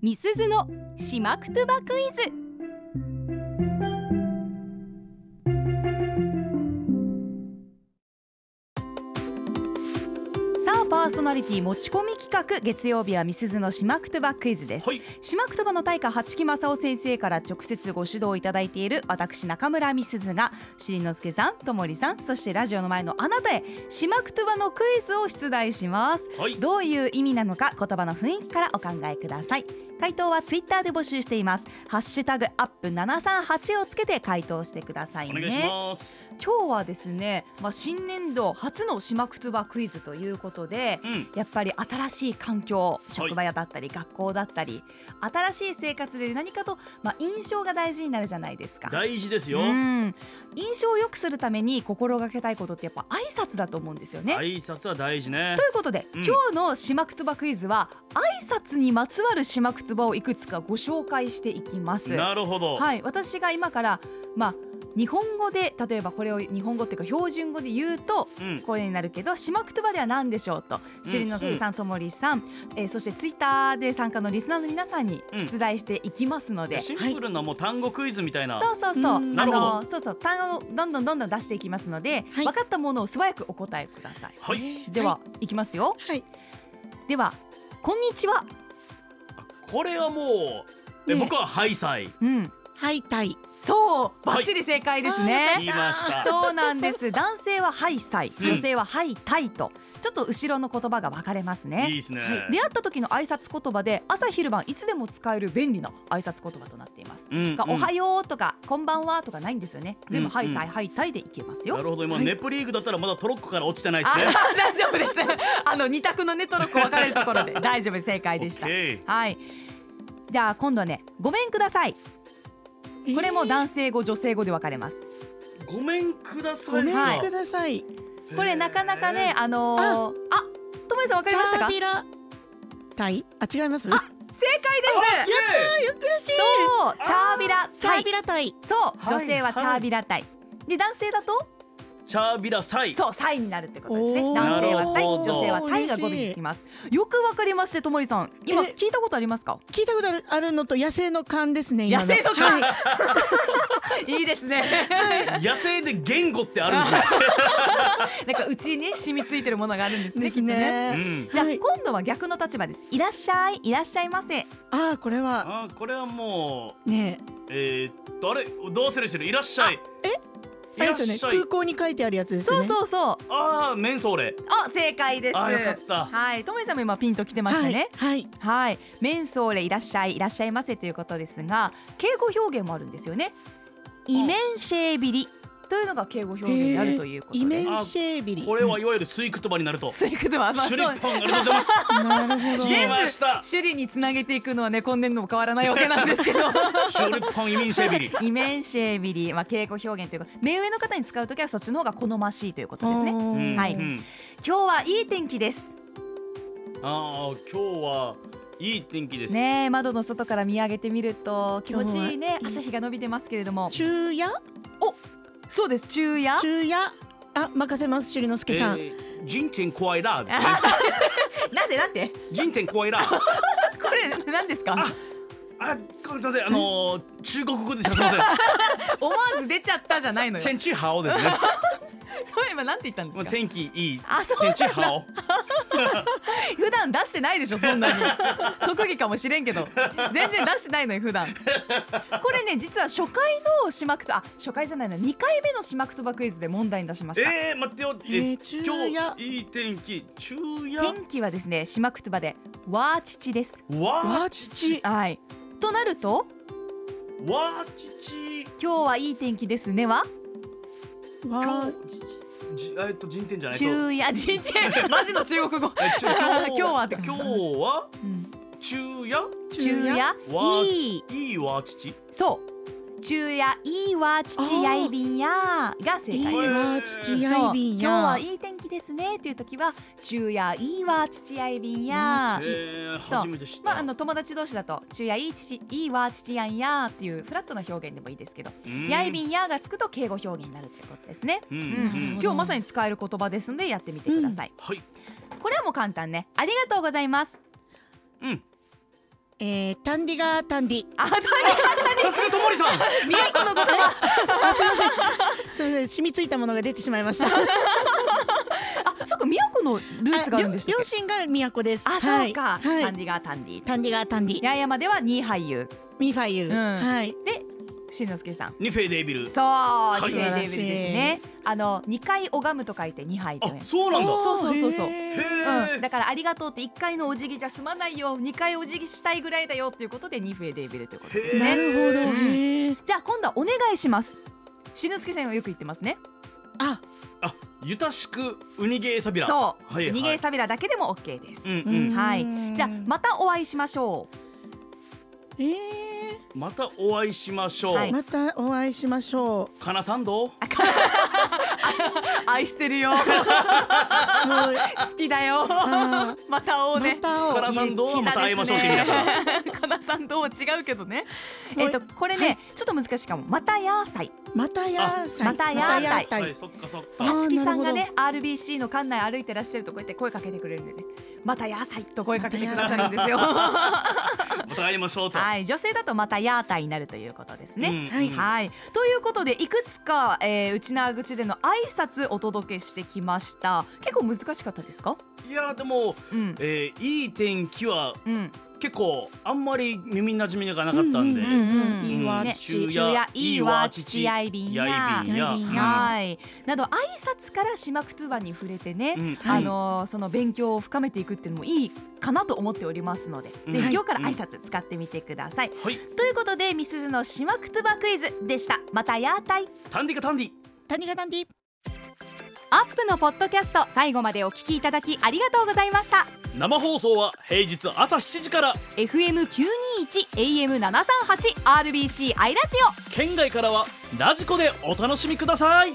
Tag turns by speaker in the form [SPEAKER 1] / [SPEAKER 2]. [SPEAKER 1] みすずのしまくとばクイズ
[SPEAKER 2] さあパーソナリティ持ち込み企画月曜日はみすずのしまくとばクイズです、
[SPEAKER 3] はい
[SPEAKER 2] しまくとばの大家八木正夫先生から直接ご指導いただいている私中村みすずがしりのすけさんともりさんそしてラジオの前のあなたへしまくとばのクイズを出題します
[SPEAKER 3] はい
[SPEAKER 2] どういう意味なのか言葉の雰囲気からお考えください回答はツイッターで募集していますハッシュタグアップ738をつけて回答してください
[SPEAKER 3] お
[SPEAKER 2] ね
[SPEAKER 3] 願いします、
[SPEAKER 2] 今日はですね、まあ、新年度初のしまくとばクイズということで、
[SPEAKER 3] うん
[SPEAKER 2] やっぱり新しい環境職場やだったり学校だったり、新しい生活で何かと、まあ、印象が大事になるじゃないですか。
[SPEAKER 3] 大事ですよ、
[SPEAKER 2] うん印象を良くするために心がけたいことってやっぱ挨拶だと思うんですよね。
[SPEAKER 3] 挨拶は大事ね
[SPEAKER 2] ということで、
[SPEAKER 3] うん
[SPEAKER 2] 今日のしまくとばクイズは挨拶にまつわるしまくとばをいくつかご紹介していきます。
[SPEAKER 3] なるほど、
[SPEAKER 2] はい、私が今から、まあ、日本語で例えばこれを日本語っていうか標準語で言うと
[SPEAKER 3] うん、
[SPEAKER 2] これになるけど「しまくとば」では何でしょうとしりのすけさんともりさん、えーそしてツイッターで参加のリスナーの皆さんに
[SPEAKER 3] うん
[SPEAKER 2] 出題していきますので。
[SPEAKER 3] シンプルなもう単語クイズみたいな、
[SPEAKER 2] そうそうそう、
[SPEAKER 4] うん
[SPEAKER 2] あ
[SPEAKER 3] なるほど
[SPEAKER 2] のそうそう単語をどんどんどんどん出していきますので、
[SPEAKER 4] はい
[SPEAKER 2] 分かったものを素早くお答えください。
[SPEAKER 3] はい、
[SPEAKER 2] では、い、きますよ。
[SPEAKER 4] はい。
[SPEAKER 2] では、こんにちは。
[SPEAKER 3] あこれはもうえ、
[SPEAKER 2] ね
[SPEAKER 3] 僕はハイサイ
[SPEAKER 2] うん、
[SPEAKER 4] はい、たい。
[SPEAKER 2] そう、バッチリ正解ですね。
[SPEAKER 3] 言いました
[SPEAKER 2] そうなんです。男性はハイサイ、
[SPEAKER 3] うん
[SPEAKER 2] 女性はハイタイと、ちょっと後ろの言葉が分かれます
[SPEAKER 3] いい
[SPEAKER 2] ね。
[SPEAKER 3] ですね、
[SPEAKER 2] 出会った時の挨拶言葉で朝昼晩いつでも使える便利な挨拶言葉となっています。
[SPEAKER 3] うんうん
[SPEAKER 2] がおはようとかこんばんはとかないんですよね。全部
[SPEAKER 3] うん
[SPEAKER 2] ハイサイハイタイでいけますよ。
[SPEAKER 3] なるほど今、ネプリーグだったらまだトロッコから落ちてないで
[SPEAKER 2] あ
[SPEAKER 3] すね
[SPEAKER 2] 大丈夫です。あの二択のねトロッコ分かれるところで 大丈夫です正解でした
[SPEAKER 3] オッ。ケー
[SPEAKER 2] はい。じゃあ今度はねごめんください。これも男性語女性語で分かれます。
[SPEAKER 3] ごめんくださ
[SPEAKER 4] ご
[SPEAKER 3] い
[SPEAKER 4] め
[SPEAKER 2] は
[SPEAKER 4] ん
[SPEAKER 2] い
[SPEAKER 4] ください。
[SPEAKER 2] これなかなかねあのー、あともりさん分かりましたか？
[SPEAKER 4] チャービラ。たい。あ、違います。
[SPEAKER 2] 正解です。
[SPEAKER 3] や
[SPEAKER 4] 苦しい。
[SPEAKER 2] そう、チャービラ
[SPEAKER 4] チャ
[SPEAKER 2] タ
[SPEAKER 4] ー
[SPEAKER 2] イ
[SPEAKER 4] ビ。ラたい。
[SPEAKER 2] そう、
[SPEAKER 3] はい
[SPEAKER 2] 女性はチャービラタイ。で男性だと
[SPEAKER 3] チャービラサイ
[SPEAKER 2] そうサイになるってことですね。
[SPEAKER 4] おー
[SPEAKER 2] 男性はサイ、
[SPEAKER 3] なるほ
[SPEAKER 2] 女
[SPEAKER 3] ど
[SPEAKER 2] 性はタイが語尾につきます。よくわかりましてともりさん、今
[SPEAKER 4] え
[SPEAKER 2] 聞いたことありますか？
[SPEAKER 4] 聞いたことあるあるのと野生の勘ですね。今
[SPEAKER 2] 野生の会。 いいですね。
[SPEAKER 3] 野生で言語ってあるんですね
[SPEAKER 2] なんかうちに染みついてるものがあるんですね。
[SPEAKER 4] です
[SPEAKER 2] きっとね。
[SPEAKER 4] ね。
[SPEAKER 3] うん
[SPEAKER 2] じゃあ
[SPEAKER 4] はい
[SPEAKER 2] 今度は逆の立場です。いらっしゃい、いらっしゃいませ。
[SPEAKER 4] ああ、これは
[SPEAKER 3] あーこれはも
[SPEAKER 4] ね
[SPEAKER 3] うえー、っとあれどうするしてるいらっしゃい
[SPEAKER 4] え、あ
[SPEAKER 3] い
[SPEAKER 4] れ
[SPEAKER 3] ら
[SPEAKER 4] で
[SPEAKER 3] っ
[SPEAKER 4] す
[SPEAKER 3] しゃ
[SPEAKER 4] よ
[SPEAKER 3] い
[SPEAKER 4] ね。空港に書いてあるやつです
[SPEAKER 2] そ
[SPEAKER 4] よ
[SPEAKER 2] う
[SPEAKER 4] ね。う。
[SPEAKER 2] そうそう。
[SPEAKER 3] ああメンソーレ
[SPEAKER 2] あ、正解です。
[SPEAKER 3] あーよかった
[SPEAKER 2] はい、ともりさんも今ピンときてました
[SPEAKER 4] は
[SPEAKER 2] ね
[SPEAKER 4] い。。はい。
[SPEAKER 2] はい、メンソーレいらっしゃいいらっしゃいませということですが敬語表現もあるんですよねイメンシェービリというのが敬語表現になるということ
[SPEAKER 4] イメ
[SPEAKER 2] です、
[SPEAKER 4] ンシェービリ。
[SPEAKER 3] これはいわゆるスイクトバになると
[SPEAKER 2] そういうことはまあそ
[SPEAKER 3] シュ
[SPEAKER 2] う
[SPEAKER 3] リッポンありがとうございます
[SPEAKER 4] なるほど。
[SPEAKER 3] 言いました
[SPEAKER 2] 種類につなげていくのはね今年度も変わらないわけなんです けど
[SPEAKER 3] シュリッポン移民シェビリ
[SPEAKER 2] イメンシェービリ、まあ、敬語表現というか目上の方に使うときはそっちの方が好ましいということですね
[SPEAKER 4] ね
[SPEAKER 2] はい
[SPEAKER 3] うん
[SPEAKER 2] 今日はいい天気です
[SPEAKER 3] ああ今日はいい天気です、
[SPEAKER 2] ねえ窓の外から見上げてみると気持ちいいね
[SPEAKER 4] 今日はいい
[SPEAKER 2] 朝日が伸びてますけれども
[SPEAKER 4] 昼夜
[SPEAKER 2] そうです昼夜
[SPEAKER 4] 昼夜あ任せますしりのす
[SPEAKER 3] え
[SPEAKER 4] けさん。
[SPEAKER 3] ー、人天怖いラーですね
[SPEAKER 2] なんでなんで
[SPEAKER 3] 人天怖いラー
[SPEAKER 2] これ何です か
[SPEAKER 3] あごめんなさいあのー、中国語ですすいません
[SPEAKER 2] 思わず出ちゃったじゃない のよ。
[SPEAKER 3] 天気好ですね
[SPEAKER 2] そう今なんて言ったんで
[SPEAKER 3] も
[SPEAKER 2] す
[SPEAKER 3] う
[SPEAKER 2] か。
[SPEAKER 3] 天気いい
[SPEAKER 2] あそう
[SPEAKER 3] 天気好
[SPEAKER 2] 普段出してないでしょそんな に。特技かもしれんけど全然出してないのよ普段。これね実は初回のしまくとあ初回じゃないな2回目のしまくとばクイズで問題に出しました。
[SPEAKER 3] えー、待ってよ、え
[SPEAKER 4] えー昼夜
[SPEAKER 3] 今日いい天気昼夜
[SPEAKER 2] 天気はですねしまくとばでわーちちです。
[SPEAKER 3] わ
[SPEAKER 4] わ
[SPEAKER 3] ーちち
[SPEAKER 4] 父。
[SPEAKER 2] はい。となると
[SPEAKER 3] わーちち
[SPEAKER 2] 今日はいい天気ですねは
[SPEAKER 4] わ
[SPEAKER 3] じえっと人天じゃないと
[SPEAKER 2] 昼夜人 生マジの中国語。
[SPEAKER 3] えちょ
[SPEAKER 2] 今日はって
[SPEAKER 3] 今日は
[SPEAKER 2] うん
[SPEAKER 3] 昼夜
[SPEAKER 2] 昼夜
[SPEAKER 3] ー
[SPEAKER 2] いい
[SPEAKER 3] いいわーちち
[SPEAKER 2] そう昼夜いいわ
[SPEAKER 4] あ
[SPEAKER 2] 父
[SPEAKER 4] ー
[SPEAKER 2] やいびんやが正解です。
[SPEAKER 4] いいわ父やいび
[SPEAKER 2] そう今
[SPEAKER 4] ん
[SPEAKER 2] 日
[SPEAKER 4] や。
[SPEAKER 2] はいい天気ですねっていう時は昼夜いいわ父やいびんや
[SPEAKER 4] わーち
[SPEAKER 3] えー、
[SPEAKER 2] そう
[SPEAKER 3] 初めて知った
[SPEAKER 2] まあ、あの友達同士だと昼夜いい父いいわ父やんやっていうフラットな表現でもいいですけど、
[SPEAKER 3] うん
[SPEAKER 2] やいびんやがつくと敬語表現になるということですね、
[SPEAKER 3] うんう
[SPEAKER 2] うん
[SPEAKER 3] ん
[SPEAKER 2] 今日まさに使える言葉ですのでやってみてください、
[SPEAKER 3] はい
[SPEAKER 2] これはもう簡単ねありがとうございます
[SPEAKER 3] うん。
[SPEAKER 4] えー、タンディガータンディ。
[SPEAKER 2] あたり
[SPEAKER 3] さすがともりさん。
[SPEAKER 2] この言葉
[SPEAKER 4] あ、すみません。 すみません。染みついたものが出てしまいました。
[SPEAKER 2] あそっか宮古のルーツがあるんでしたっけ
[SPEAKER 4] 両両親が都です。
[SPEAKER 2] あそうか、
[SPEAKER 4] はい。
[SPEAKER 2] タ
[SPEAKER 4] は
[SPEAKER 2] ン
[SPEAKER 4] い
[SPEAKER 2] ディがタンディ
[SPEAKER 4] タンディガータンディ。
[SPEAKER 2] 八重山では2俳優
[SPEAKER 4] ミファユ。
[SPEAKER 2] うん
[SPEAKER 4] はい。
[SPEAKER 2] しんのすけさん
[SPEAKER 3] ニフェデビル。
[SPEAKER 2] そう、
[SPEAKER 3] い
[SPEAKER 2] 綺麗デビルですねあの2回拝むと書いて2杯と
[SPEAKER 3] あ
[SPEAKER 2] ね、
[SPEAKER 3] そうなんだ。
[SPEAKER 2] そうそうそうそう
[SPEAKER 4] へー
[SPEAKER 3] へ
[SPEAKER 2] う
[SPEAKER 3] え
[SPEAKER 2] ん、。だからありがとうって1回のお辞儀じゃ済まないよ2回お辞儀したいぐらいだよっていうことでニフェデービルということです
[SPEAKER 4] な
[SPEAKER 2] ね
[SPEAKER 4] るほど。
[SPEAKER 2] うん
[SPEAKER 4] へー
[SPEAKER 2] じゃあ今度はお願いしますしぬすけさんがよく言ってますね
[SPEAKER 4] あ、
[SPEAKER 3] あ、ゆたしくウニゲーサビラ。
[SPEAKER 2] そう、
[SPEAKER 3] はいはい
[SPEAKER 2] 逃げサビラだけでも OK です、
[SPEAKER 3] うんう
[SPEAKER 4] うん
[SPEAKER 3] ん。
[SPEAKER 2] はい
[SPEAKER 4] うん
[SPEAKER 2] じゃあまたお会いしましょ
[SPEAKER 4] えー
[SPEAKER 3] またお会いしましょう。
[SPEAKER 2] はい
[SPEAKER 4] またお会いしましょう。
[SPEAKER 3] かなさんどう？
[SPEAKER 2] う愛してるよ
[SPEAKER 4] もう
[SPEAKER 2] 好きだよ
[SPEAKER 4] あ
[SPEAKER 2] また会おう
[SPEAKER 4] ま
[SPEAKER 2] ね
[SPEAKER 4] た
[SPEAKER 3] か
[SPEAKER 4] お
[SPEAKER 3] なさんどうはまた会いましょうって意味だから。
[SPEAKER 2] ら。かなさんどうは違うけどね。えっとこれね、
[SPEAKER 4] はい
[SPEAKER 2] ちょっと難しいかも。またやーさい。
[SPEAKER 4] またやーさい。
[SPEAKER 2] またやーたい
[SPEAKER 4] た
[SPEAKER 3] はい、そっかそっ か。
[SPEAKER 4] あー
[SPEAKER 2] たつきさんが
[SPEAKER 4] なる
[SPEAKER 2] ね RBC の館内歩いてらっしゃるとこうやって声かけてくれるんでね。またやーさいと声かけてくださるんですよ。
[SPEAKER 3] また会いましょうと。
[SPEAKER 2] はい、女性だとまたやーたいになるということですね。
[SPEAKER 3] うんうん
[SPEAKER 4] はい
[SPEAKER 2] はい、ということでいくつか、えー、内縄口での挨拶お届けしてきました結構難しかったですか
[SPEAKER 3] いやーでも、
[SPEAKER 2] うん、
[SPEAKER 3] えー、いい天気は
[SPEAKER 2] うん、
[SPEAKER 3] 結構あんまり耳なじみがなかったんで。
[SPEAKER 4] う
[SPEAKER 2] うん
[SPEAKER 4] ん
[SPEAKER 2] うん
[SPEAKER 4] いいわ
[SPEAKER 2] ね
[SPEAKER 4] 父
[SPEAKER 2] 昼夜いいわ父やいびんや
[SPEAKER 3] やいびんや。
[SPEAKER 4] やいびん
[SPEAKER 3] うん
[SPEAKER 2] はい、など挨拶から島クトゥバに触れてね、
[SPEAKER 3] うん
[SPEAKER 2] あのーその勉強を深めていくっていうのもいいかなと思っておりますので、
[SPEAKER 3] うん
[SPEAKER 2] ぜ
[SPEAKER 4] は
[SPEAKER 2] ひ
[SPEAKER 4] い
[SPEAKER 2] 今日から挨拶使ってみてください。
[SPEAKER 3] はい、
[SPEAKER 2] ということでみすずの島クトゥバクイズでしたまたやーたい
[SPEAKER 3] タンディカタンディ。
[SPEAKER 4] 谷川ダンディ。
[SPEAKER 1] アップのポッドキャスト最後までお聞きいただきありがとうございました
[SPEAKER 3] 生放送は平日朝7時から
[SPEAKER 1] FM921 AM738 RBC アイラジオ
[SPEAKER 3] 県外からはラジコでお楽しみください